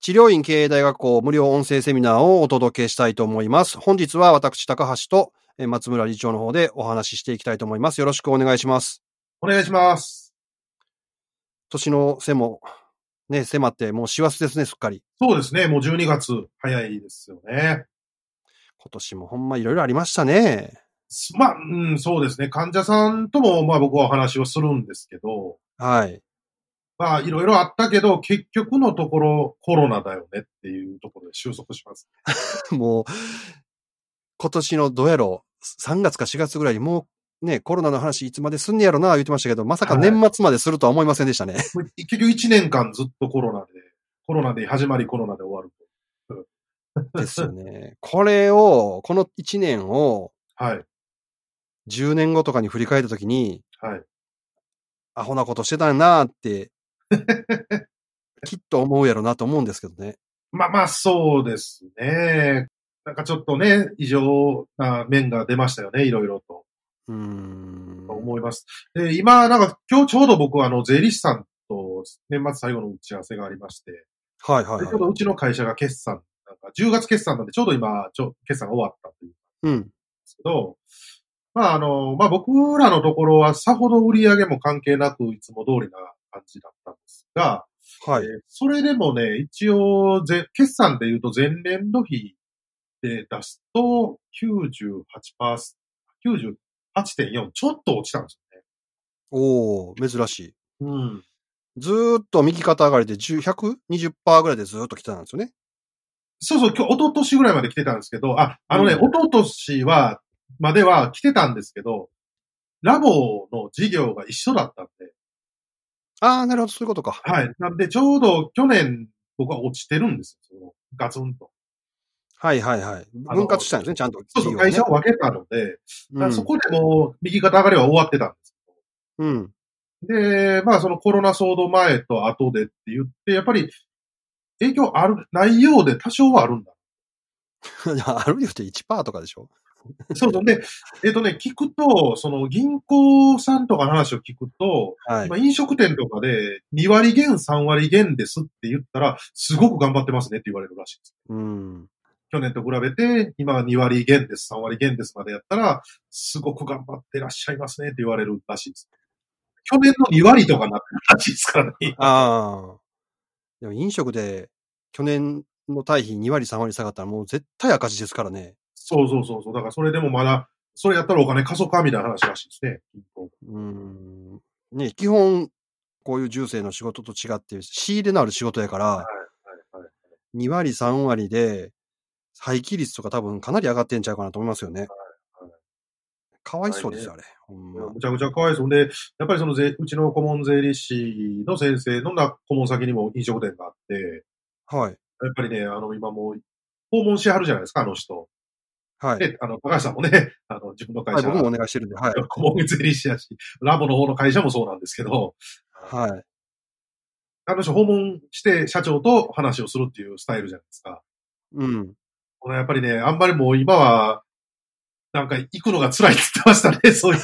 治療院経営大学校無料音声セミナーをお届けしたいと思います。本日は私、高橋とえー松村理事長の方でお話ししていきたいと思います。よろしくお願いします。お願いします。年の瀬も、ね、迫って、もう師走ですね、すっかり。そうですね。もう12月早いですよね。今年もほんまいろいろありましたね。すまあ、うん、そうですね。患者さんとも、まあ僕はお話をするんですけど、はい。 まあいろいろあったけど、結局のところコロナだよねっていうところで収束します。もう、今年のどうやろう、3月か4月ぐらいにもう、ね、コロナの話いつまですんねやろな、言ってましたけど、まさかはい年末までするとは思いませんでしたね。もう結局1年間ずっとコロナで、コロナで始まりコロナで終わる と。ですよね。 これを、この1年を、はい。 10年後とかに振り返ったときに、はい。アホなことしてたなーって、きっと思うやろなと思うんですけどね。まあまあそうですね。なんかちょっとね、異常な面が出ましたよね。いろいろと。うーん。思います。で、今、なんか今日ちょうど僕はあの、税理士さんと年末最後の打ち合わせがありまして、はいはいでちょうはどい。うちの会社が決算、なんか10月決算なんでちょうど今、ちょ決算が終わったというんでうん。すけど、まああの、まあ僕らのところはさほど売り上げも関係なくいつも通りな感じだったんですが、はいえー。それでもね、一応ぜ、決算で言うと前年度比で出すと98%、98.4、ちょっと落ちたんですよね。おお珍しい。うん。ずーっと右肩上がりで10 120%ぐらいでずーっと来てたんですよね。そうそう、今日、一昨年ぐらいまで来てたんですけど、あ、あのね、うん一昨年は、までは来てたんですけど、ラボの事業が一緒だったんで、ああ、なるほど、そういうことか。はい。なんで、ちょうど去年、僕は落ちてるんですよ。そのガツンと。はいはいはい。あの分割したんですね、ちゃんと。そうそう、会社をは、分けたので、だかうらん、そこでもう、右肩上がりは終わってたんですうん。 けど。で、まあ、そのコロナ騒動前と後でって言って、やっぱり、影響ある、ないようで多少はあるんだ。あるよって1%とかでしょそうそう。で、えっ、とね、聞くと、その銀行さんとかの話を聞くと、はいま。あ飲食店とかで2割減、3割減ですって言ったら、すごく頑張ってますねって言われるらしいです。うん。去年と比べて、今は2割減です、3割減ですまでやったら、すごく頑張ってらっしゃいますねって言われるらしいです。去年の2割とかなってるらしいですからね。ああ。でも飲食で去年の対比2割3割下がったらもう絶対赤字ですからね。そうそうそうそう。だからそれでもまだ、それやったらお金過疎化みたいな話らしいですね。銀行うん。ね、基本、こういう重生の仕事と違って、仕入れのある仕事やから、はいはい2割3割で、廃棄率とか多分かなり上がってんちゃうかなと思いますよねはい。かわいそうですよ、あれ。ほんま。むちゃくちゃかわいそうで、やっぱりその税うちの顧問税理士の先生のな顧問先にも飲食店があって、はい。やっぱりね、あの、今もう、訪問しはるじゃないですか、あの人。はい。で、あの、高橋さんもね、 あの、自分の会はい、社、僕もお願いしてるんで、はい。顧問税理士やし、ラボの方の会社もそうなんですけど、はい。あの人訪問して社長と話をするっていうスタイルじゃないですか。うん。これやっぱりね、あんまりもう今は、なんか行くのが辛いって言ってましたね、 そういう。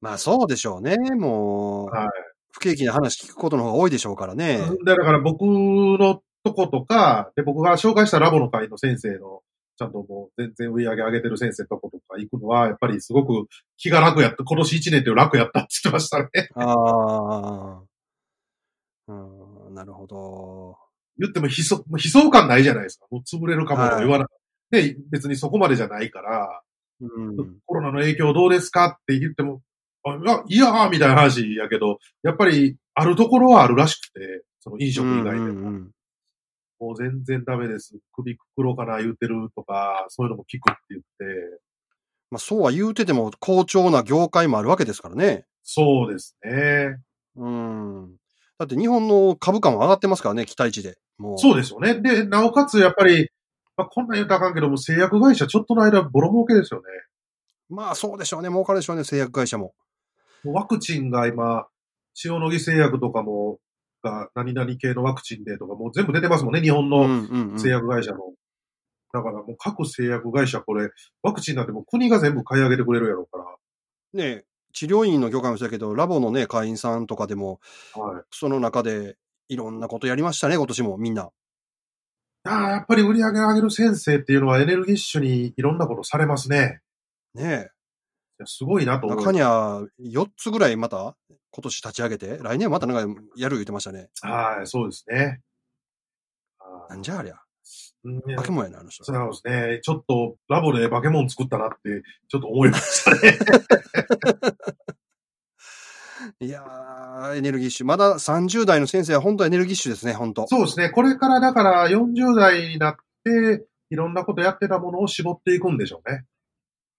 まあそうでしょうね。もう、はい不景気な話聞くことの方が多いでしょうからね。で、だから僕のとことか、で、僕が紹介したラボの会の先生の、ちゃんともう全然売り上げ上げてる先生とことか行くのは、やっぱりすごく気が楽やった。今年1年って楽やったって言ってましたね。ああ。うん、なるほど。言っても悲壮、悲壮感ないじゃないですか。もう潰れるかもとか言わない。で、別にそこまでじゃないから、 うん。コロナの影響どうですかって言っても、あいや、いやーみたいな話やけど、やっぱりあるところはあるらしくて、その飲食以外でも。うんうんうんもう全然ダメです。首くくろうかな言うてるとか、そういうのも聞くって言って、まあそうは言うてても、好調な業界もあるわけですからね。そうですね。うん。だって日本の株価も上がってますからね、期待値で。もう。そうですよね。で、なおかつやっぱり、まあ、こんなん言うたらあかんけども、製薬会社ちょっとの間ボロ儲けですよね。まあそうでしょうね。儲かるでしょうね、製薬会社も。もうワクチンが今、塩野義製薬とかも、が何々系のワクチンでとか、もう全部出てますもんね、日本うんのうんうん。製薬会社の。だからもう各製薬会社これ、ワクチンなんてもう国が全部買い上げてくれるやろうかねえ治療院の業界もそうだけど、ラボのね、会員さんとかでも、ら。はい。その中でいろんなことやりましたね、今年もみんな。ああ、やっぱり売り上げ上げる先生っていうのはエネルギッシュにいろんなことされますね。ねいやすごいなとえ。思う。中には4つぐらいまた今年立ち上げて、来年またなんかやる言ってましたね。はい、そうですね。あなんじゃありゃ。ーうん化け物やな、あの人。そうですね。ちょっとラボで化け物作ったなって、ちょっと思いましたね。いやー、エネルギッシュ。まだ30代の先生は本当エネルギッシュですね、本当そうですね。これからだから40代になって、いろんなことやってたものを絞っていくんでしょうね。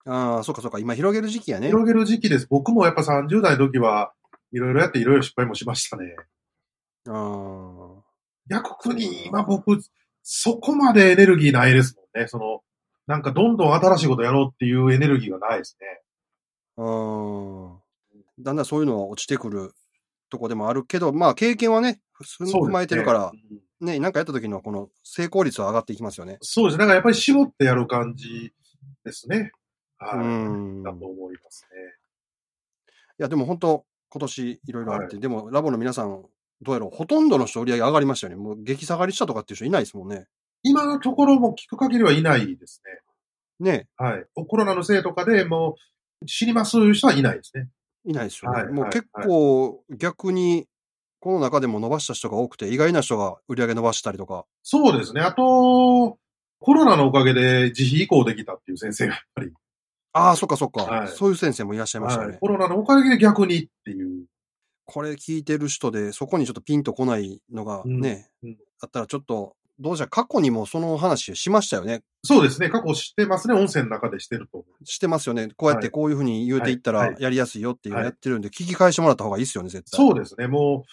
ああ、そうかそうか。今広げる時期やね。広げる時期です。僕もやっぱ30代の時はいろいろやっていろいろ失敗もしましたね。あー逆に今僕、そこまでエネルギーないですもんね。その、なんかどんどん新しいことやろうっていうエネルギーがないですね。あー。だんだんそういうのは落ちてくるとこでもあるけど、まあ経験はね、ふそうです踏ねまえてるから、うんね、なんかやった時のこの成功率は上がっていきますよね。そうですね。だからやっぱり絞ってやる感じですね。うはい。ん。だと思いますね。いや、でも本当、今年いろいろあって、はでもラボの皆さん、どうやろう、ほとんどの人売り上げ上がりましたよね。もう激下がりしたとかっていう人いないですもんね。今のところも聞く限りはいないですね。ね、はい。コロナのせいとかでもう死にますという人はいないですね。いないですよね。はいもうはい結構、逆に、この中でも伸ばした人が多くて、意外な人が売り上げ伸ばしたりとか。そうですね。あと、コロナのおかげで自費移行できたっていう先生がやっぱり、ああ、そっかそっか、はいそういう先生もいらっしゃいましたよね。はいコロナのおかげで逆にっていう。これ聞いてる人で、そこにちょっとピンとこないのがね、うんうんあったらちょっと、どうじゃ、過去にもその話しましたよね。そうですね。過去知ってますね。音声の中でしてると思してますよね。こうやってはいこういうふうに言うていったはらいはやりやすいよっていうのはいやってるんで、聞き返してもらった方がいいですよね、絶う。対。そうですね。も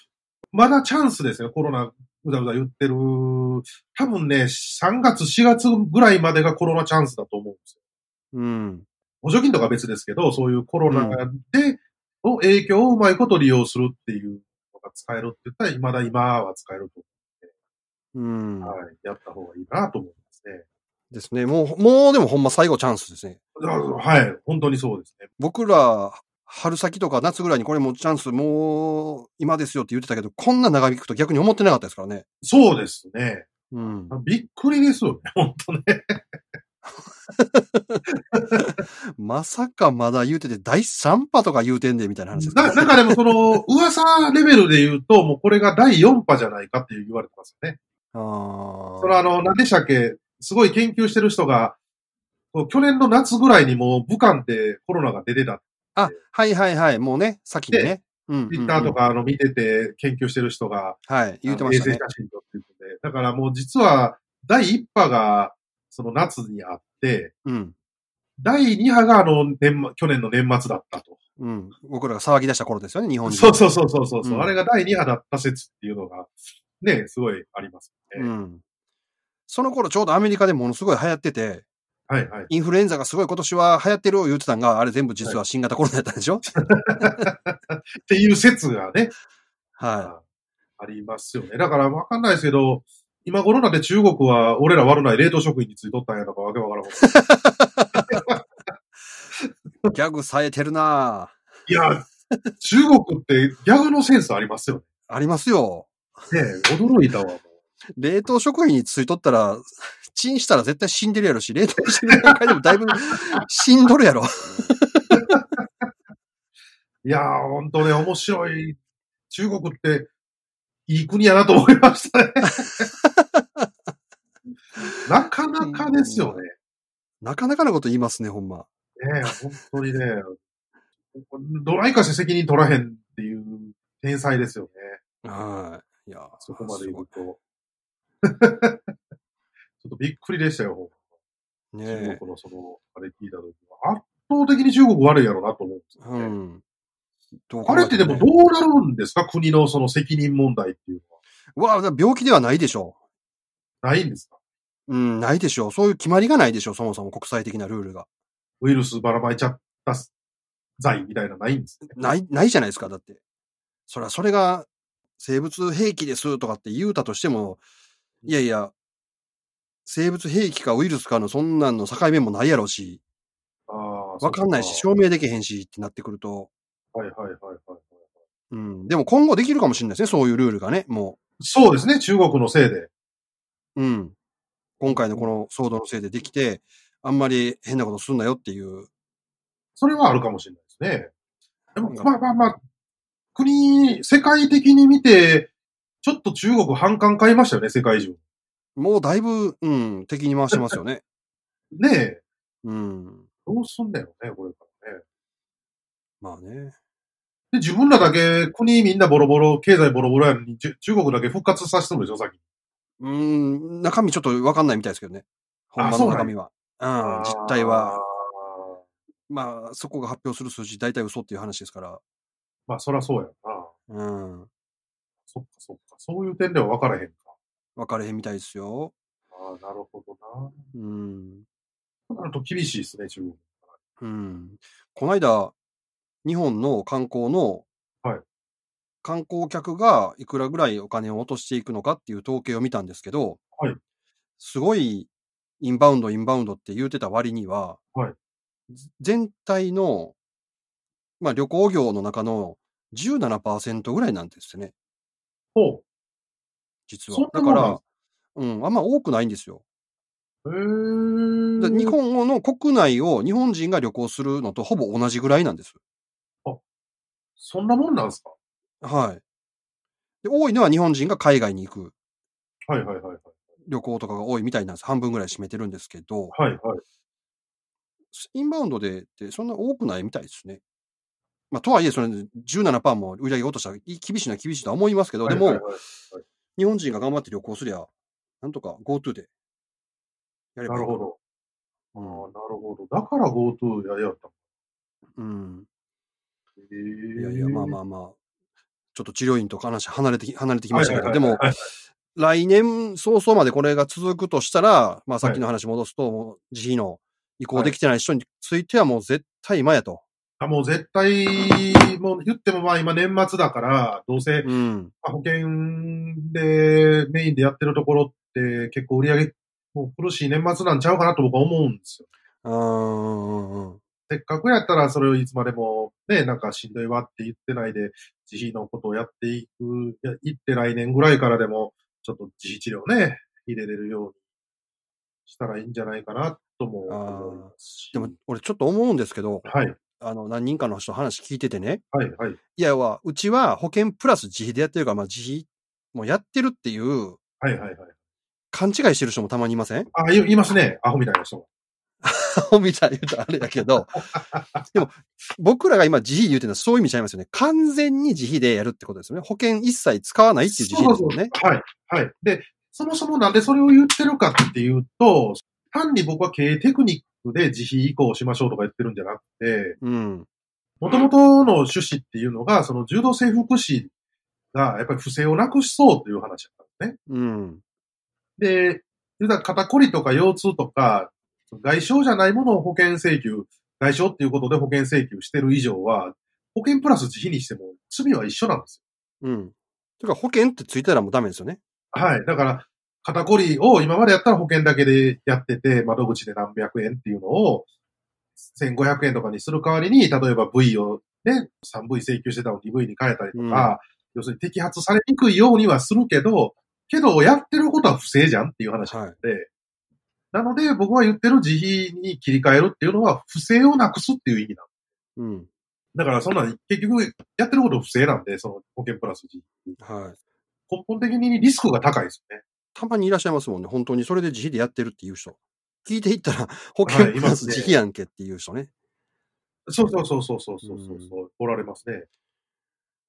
う、まだチャンスですね。コロナ、うだうだ言ってる。多分ね、3月、4月ぐらいまでがコロナチャンスだと思うんですよ。うん。補助金とか別ですけど、そういうコロナで、の影響をうまいこと利用するっていうのが使えるって言ったら、まだ今は使えるとうん。思う。はい。やった方がいいなと思いますね。ですね。もう、もうでもほんま最後チャンスですね。だからはい。本当にそうですね。僕ら、春先とか夏ぐらいにこれもうチャンス、もう今ですよって言ってたけど、こんな長引くと逆に思ってなかったですからね。そうですね。うん。びっくりですよね。本当ね。まさかまだ言うてて、第3波とか言うてんで、みたいな話ですね、な、なんかでもその、 噂レベルで言うと、もうこれが第4波じゃないかって言われてますよね。ああ。それはあの、何でしたっけすごい研究してる人が、こう去年の夏ぐらいにもう武漢ってコロナが出てたあ、はいはいはい。もうね、先にね。うんうんうんツイッターと。かあの見てて研究してる人が、はい、言うてました衛ね星。写真撮ってて、だからもう実は第1波がその夏にあって、うん。第2波があの年末、去年の年末だったと。うん。僕らが騒ぎ出した頃ですよね、日本人。そうそうそうそうそう、うんあれが第2波だった説っていうのが、ね、すごいありますね。うん。その頃ちょうどアメリカでものすごい流行ってて、はいはい。インフルエンザがすごい今年は流行ってるを言ってたんが、あれ全部実は新型コロナだったんでし ょっていう説がね、はありますよね。だからわかんないですけど、今頃なんで中国は俺ら悪ない冷凍食品についとったんやとかわけわからん。い。いギャグ冴えてるなぁや、中国ってギャグのセンスありますよありますよ。ね。ねえ驚いたわ。もう冷凍食品についとったら、チンしたら絶対死んでるやろし、冷凍してる段階でもだいぶ死んどるやろ。 いやー、本当ね、面白い。中国って、いい国やなと思いましたね。なかなかですよね。なかなかなこと言いますね、ほんま。ねえ、本当にね。どないかして責任取らへんっていう天才ですよね。はい。いや、そこまでい言う と。ちょっとびっくりでしたよ。ねえ中国のその、あれ聞いたときは。圧倒的に中国悪いやろうなと思うんですようね。ん。どう考あえれってでもどねうなるんですか国のその責任問題っていううのわ、だから病気ではないでしょは。ないんですかう。うん、ないでしょう。そういう決まりがないでしょう。そもそも国際的なルールが。ウイルスばらまいちゃった罪みたいなのないんですね。ない、ないじゃないですか。だって。そりゃ、それが生物兵器ですとかって言うたとしても、いやいや、生物兵器かウイルスかのそんなんの境目もないやろうし、わわかんないし、証明できへんしってなってくると、はいはいはいはいはい。うん。でも今後できるかもしれないですね。そういうルールがね。もそうですね、中国のせいで。うん。今回のこの騒動のせいでできて、あんまり変なことすんなよっていう。それはあるかもしれないですね。でも、まあまあまあ、国、世界的に見て、ちょっと中国反感買いましたよね、世界中。もうだいぶ、うん、敵に回してますよね。ねえ、うん。どうすんだよね、これからね。まあね。で、自分らだけ国みんなボロボロ、経済ボロボロやのに、じゅ中国だけ復活させてるでしょ、さっき。うん、中身ちょっとわかんないみたいですけどね。本あ場そのうなんや中身は。うん、実態は。。まあ、そこが発表する数字、大体嘘っていう話ですから。まあ、そらそうやな。うん。そっかそっか。そういう点では分からへんか。分かれへんみたいですよ。ああ、なるほどな。うん。そうなると厳しいですね、中国。うん。この間、日本の観光の、はい観光客がいくらぐらいお金を落としていくのかっていう統計を見たんですけど、はいすごいインバウンド、インバウンドって言うてた割には、はいぜ全体の、まあ、旅行業の中の17%ぐらいなんですね、ほ実は。そだんかなもんなんら、うん、あんま多くないんですよ。う。へだえ。日本の国内を日本人が旅行するのとほぼ同じぐらいなんです。そんなもんなんすかはい。で、多いのは日本人が海外に行くはいはいはいはい。旅行とかが多いみたいなんです。半分ぐらい占めてるんですけど、はいはい。インバウンドでってそんな多くないみたいですね。まあ、とはいえ、それ17%も売り上げ落としたらい厳しいのは厳しいとは思いますけど、ではいもはいはい日本人が頑張って旅行すりゃ、なんとか GoTo でやればないいるかほらど。ああ、なるほど。だから GoTo やりやった。うん。へいやえ。いや、まあまあまあ、ちょっと治療院とか話離れてき離れてきましたけど、はいではいはいも、来年早々までこれが続くとしたら、まあさっきの話戻すと、もう慈悲の移行できてない人についてはもう絶対今やと。あ。もう絶対、もう言ってもまあ今年末だから、どうせうん。まあ保険でメインでやってるところって結構売り上げ、もう苦しい年末なんちゃうかなと僕は思うんですよ。あーせっかくやったらそれをいつまでもね、なんかしんどいわって言ってないで、自費のことをやっていく、いや行って来年ぐらいからでも、ちょっと自費治療ね、入れれるようにしたらいいんじゃないかなとも思いますし。でも、俺ちょっと思うんですけど、はい、あの、何人かの人の話聞いててね、はい、はい、いやいや、うちは保険プラス自費でやってるから、まあ自費もやってるっていうはい、はい、はい。勘違いしてる人もたまにいませんあ、いいますね。アホみたいな人も。 顔みたい言うとあれやけ ど、でも、僕らが今自費言うてるのはそういう意味ちゃいますよね。完全に自費でやるってことですよね。保険一切使わないっていう自費ですもんね。そうそうそうはい、はい。で、そもそもなんでそれを言ってるかっていうと、単に僕は経営テクニックで自費移行しましょうとか言ってるんじゃなくて、うん。元々の趣旨っていうのが、その柔道整復師がやっぱり不正をなくしそうという話だったんですね。うん。で、実は肩こりとか腰痛とか、外傷じゃないものを保険請求、外傷っていうことで保険請求してる以上は、保険プラス自費にしても罪は一緒なんですようん。とか、保険ってついたらもうダメですよね。はい。だから、肩こりを今までやったら保険だけでやってて、窓口で何百円っていうのを、1500円とかにする代わりに、例えば V をね、3V 請求してたのを 2V に変えたりとか、要するに摘発されにくいようにはするけど、けどやってることは不正じゃんっていう話はい。で、なので僕は言ってる自費に切り替えるっていうのは不正をなくすっていう意味なんですうん。だからそんなに結局やってること不正なんで、その保険プラス自費。はい。根本的にリスクが高いですよね。たまにいらっしゃいますもんね。本当に。それで自費でやってるっていう人。聞いていったら、保は険いプいラまスすね自費やんけっていう人ね。そうそうそうそうそうそうそうそう、おられますね。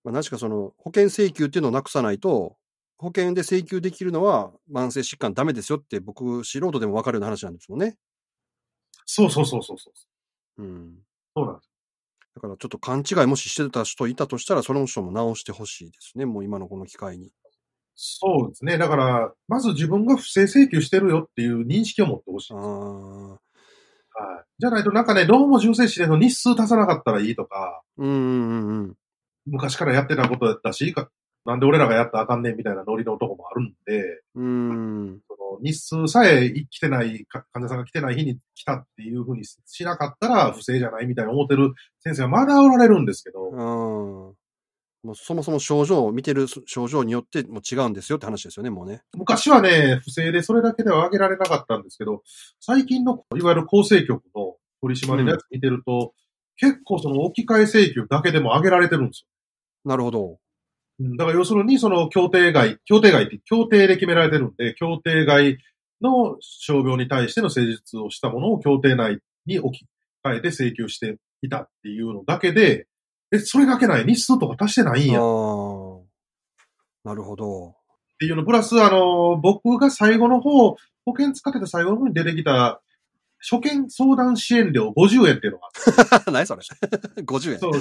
まあ、何しかその、保険請求っていうのをなくさないと、保険で請求できるのは慢性疾患ダメですよって僕、素人でもわかるような話なんですもんね。そうそうそうそうそう。うん。そうなんです。だからちょっと勘違いもししてた人いたとしたら、その人も直してほしいですね。もう今のこの機会に。そうですね。だから、まず自分が不正請求してるよっていう認識を持ってほしい。あはい。ーじゃないとなんかね、どうも純正指令の日数足さなかったらいいとか、うんうんうんうん。昔からやってたことだったし、かなんで俺らがやったらあかんねんみたいなノリのとこもあるんで、うん。その日数さえ来てない、か患者さんが来てない日に来たっていうふうにしなかったら不正じゃないみたいな思ってる先生はまだおられるんですけど、あーもうそもそも症状を見てる症状によってもう違うんですよって話ですよね、もうね。昔はね、不正でそれだけでは挙げられなかったんですけど、最近のいわゆる構成局の取り締まりのやつ見てると、結構その置き換え請求だけでも挙げられてるんですなるほど。よ。うんだから要するにその協定外、協定外って協定で決められてるんで、協定外の傷病に対しての施術をしたものを協定内に置き換えて請求していたっていうのだけで、え、それだけない、日数とか足してないんやあーなるほど。 っていうの、プラス、あの、僕が最後の方、保険使ってた最後の方に出てきた、初見相談支援料50円っていうのがあって、何それ ?50 円。そう、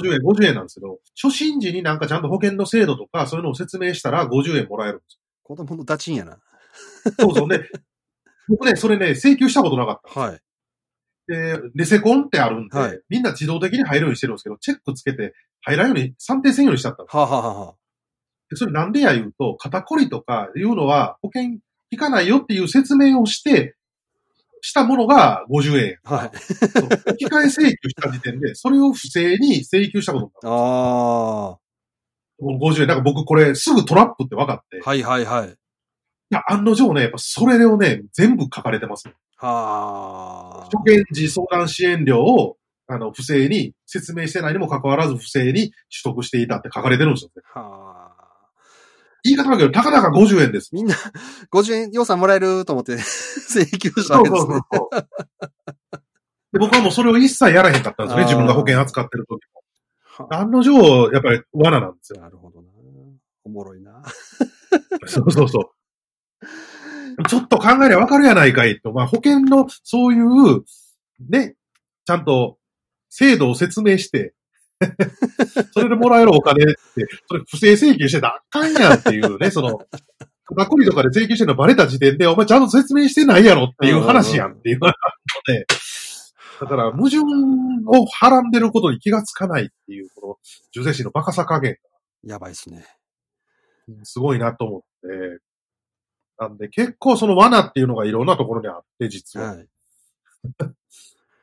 50円、50円なんですけど、初心時になんかちゃんと保険の制度とか、そういうのを説明したら50円もらえるんです子供のダチンやな。よ。そうそうね。僕ね、それね、請求したことなかっはい。た。で、レセコンってあるんで、はいみんな自動的に入るようにしてるんですけど、チェックつけて入らんように、算定せんようにしちゃったのはあ、はあはあはあ、でそれなんでや言うと、肩こりとかいうのは保険効かないよっていう説明をして、したものが50円。はい。そう引き換え請求した時点で、それを不正に請求したことになある。もう50円。なんか僕これすぐトラップって分かって。いあ、はいはいはい。や、案の定ね、やっぱそれをね、全部書かれてます。はあ。初見時相談支援料を、あの、不正に、説明してないにもかかわらず不正に取得していたって書かれてるんですよね。はあ。言い方だけど、たかだか50円です。みんな、50円予算もらえると思って 請求したわけですね。そうそうそうで僕はもうそれを一切やらへんかったんですね。あー自分が保険扱ってる時はも。案の定、やっぱり罠なんですよ。なるほどな。おもろいな。 そうそうそう。ちょっと考えりゃわかるやないかいと。まあ保険のそういう、ね、ちゃんと制度を説明して、 それでもらえるお金って、それ不正請求してたらあかんやんっていうね、その、肩こりとかで請求してるのバレた時点で、お前ちゃんと説明してないやろっていう話やんっていうので、だから矛盾をはらんでることに気がつかないっていう、この、受税士のバカさ加減やばいっすね。すごいなと思って。なんで、結構その罠っていうのがいろんなところにあって、実は。はい。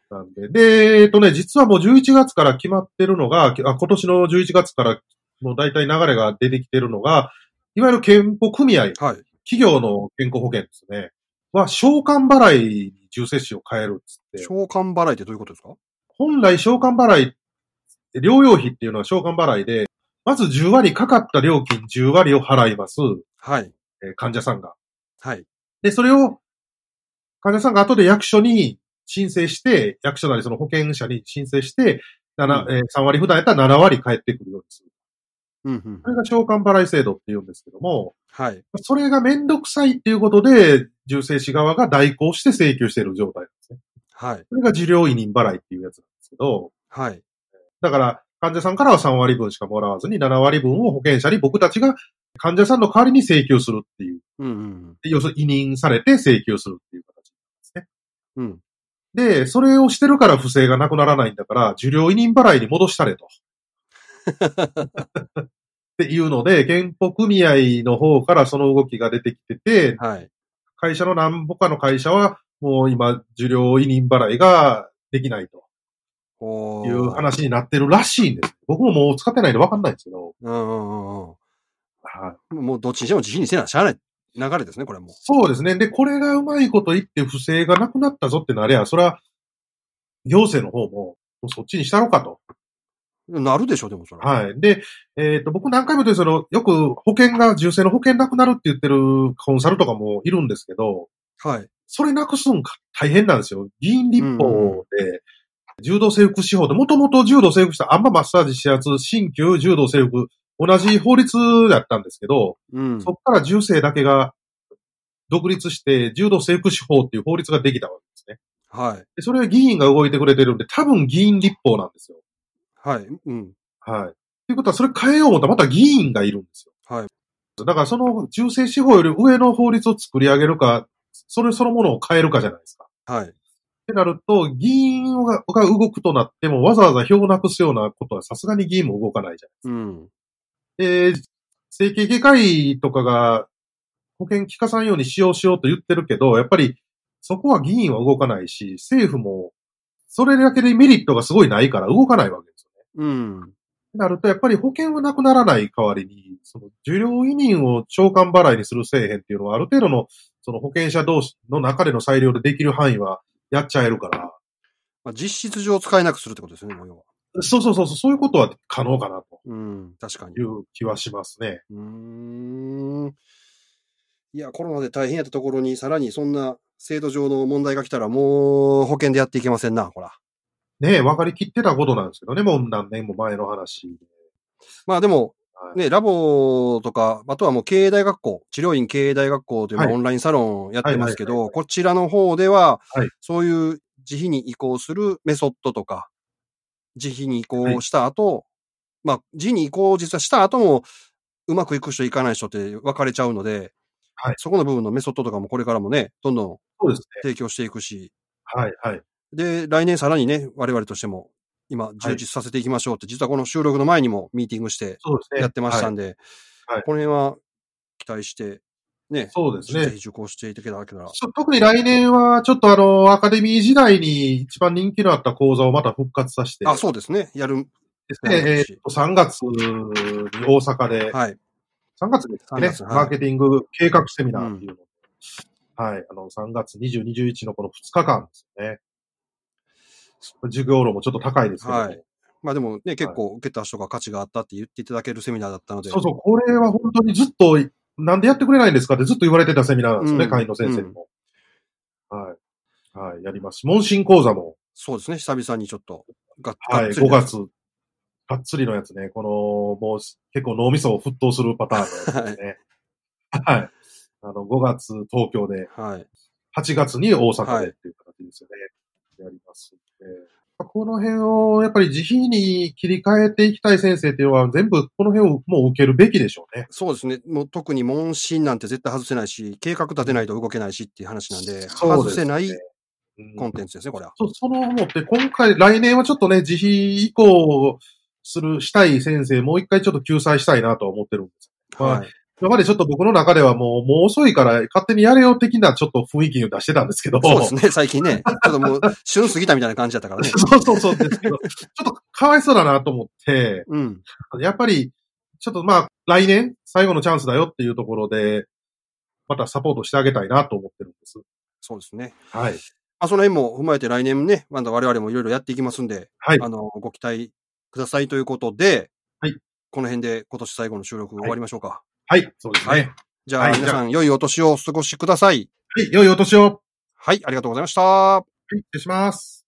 なんで、で、えっとね、実はもう11月から決まってるのが、きあ今年の11月からもう大体流れが出てきてるのが、いわゆる健保組合、はい。企業の健康保険ですね。は、償還払いに重接種を変えるっつって。召喚払いってどういうことですか本来償還払い、療養費っていうのは償還払いで、まず10割かかった料金10割を払います。はい。えー患者さんが。はい。で、それを、患者さんが後で役所に申請して、役所なりその保険者に申請して、う7んえー3割負担やったら7割返ってくるようにする。うんうんそ。れが償還払い制度って言うんですけども、はい。それがめんどくさいっていうことで、重生士側が代行して請求している状態なんですね。はい。それが受領委任払いっていうやつなんですけど、はい。だから患者さんからは3割分しかもらわずに7割分を保険者に僕たちが患者さんの代わりに請求するっていう、うんうん要するに委任されて請求するっていう形。うん。うん。で、それをしてるから不正がなくならないんだから、受領委任払いに戻したれと。っていうので、健保組合の方からその動きが出てきてて、はい。会社の何ぼかの会社は、もう今、受領委任払いができないとおいう話になってるらしいんです。僕ももう使ってないんでわかんないんですけど。うんうんうんうん。はいもうどっちにしても自費にせなしゃあない流れですね、これもう。そうですね。で、これがうまいこと言って不正がなくなったぞってなりゃ、それは、行政の方も、もうそっちにしたろかと。なるでしょ、でもそれ。はい。で、えっ、と、僕何回も言ってるその、よく保険が、重生の保険なくなるって言ってるコンサルとかもいるんですけど、はい。それなくすんか、大変なんですよ。議員立法で、柔道整復司法で、もともと柔道整復したあんまマッサージ指圧、鍼灸、柔道整復、同じ法律だったんですけど、うんそ。こから重生だけが独立して、柔道整復司法っていう法律ができたわけですね。はい。でそれは議員が動いてくれてるんで、多分議員立法なんですよ。はい。うん。はい。ということは、それ変えようと思ったらまた議員がいるんですよ。はい。だから、その重生司法より上の法律を作り上げるか、それそのものを変えるかじゃないですか。はい。ってなると、議員がが動くとなっても、わざわざ票をなくすようなことはさすがに議員も動かないじゃうん。ないですか。で、整形外科医とかが保険効かさんように使用しようと言ってるけど、やっぱりそこは議員は動かないし、政府もそれだけでメリットがすごいないから動かないわけですよね。うん。なると、やっぱり保険はなくならない代わりに、その、受領委任を償還払いにするせえへんっていうのは、ある程度の、その保険者同士の中での裁量でできる範囲はやっちゃえるから、まあ、実質上使えなくするってことですよね、もう要は。そうそうそうそう、そういうことは可能かなとうん、確かにい。う気はしますね。うーん。いや、コロナで大変やったところに、さらにそんな制度上の問題が来たら、もう保険でやっていけませんな、ほら。ねえ、分かりきってたことなんですけどね、もう何年も前の話で。まあでも、はいね、ラボとか、あとはもう経営大学校、治療院経営大学校というまあはいオンラインサロンやってますけはいはいど、こちらの方でははい、そういう自費に移行するメソッドとか、自費に移行した後、まあ、自費に移行を実はした後も、うまくいく人、いかない人って分かれちゃうので、はいそこの部分のメソッドとかもこれからもね、どんどんそうですね。提供していくし、はい、はい。で、来年さらにね、我々としても、今、充実させていきましょうって、実はこの収録の前にもミーティングしてそうですね。やってましたはいんで、はいこの辺は期待して、ね、そうですねぜひ。受講していただけたら、ちょ特に来年は、ちょっとあの、アカデミー時代に一番人気のあった講座をまた復活させて、あ、そうですね、やる、ですね、えはいーっと、3月に大阪で、はい、 3月です3ね、月はいマーケティング計画セミナーっていうの、はい、あの、3月20、21のこの2日間ですね。授業料もちょっと高いですけど、はい。まあでもね、結構受けた人が価値があったって言っていただけるセミナーだったので、そうそう、これは本当にずっと、なんでやってくれないんですかってずっと言われてたセミナーなんですよね、うん会員の先生にも。はい。はい、やりますし、問診講座も、そうですね、久々にちょっと、がはがい、っつり5で月、がっつりのやつね、この、もう結構脳みそを沸騰するパターンのやつですね。はい。あの、5月東京で、はい。 8月に大阪はでいっていう形ですよね。やりますんで。この辺を、やっぱり自費に切り替えていきたい先生っていうのは、全部この辺をもう受けるべきでしょうね。そうですね。もう特に問診なんて絶対外せないし、計画立てないと動けないしっていう話なんで、そう外ですねせないうんコンテンツですね、これは。そその思って、今回、来年はちょっとね、自費移行する、したい先生、もう一回ちょっと救済したいなとは思ってるんです。はいはい。今までちょっと僕の中ではもう、もう遅いから、勝手にやれよ的なちょっと雰囲気を出してたんですけど。。そうですね、最近ね。ちょっともう、旬過ぎたみたいな感じだったからね そうそうそうですけど、ちょっとかわいそうだなと思って、うん。やっぱり、ちょっとまあ、来年、最後のチャンスだよっていうところで、またサポートしてあげたいなと思ってるんです。そうですね。はい。まあ、その辺も踏まえて来年ね、まだ我々もいろいろやっていきますんで、はいあの、ご期待くださいということで、はいこの辺で今年最後の収録終わりましょうか。はい、そうですね。ははいい、じゃあ、はい皆さん、良いお年をお過ごしください。良いお年を。ははい、ありがとうございました。い、失礼します。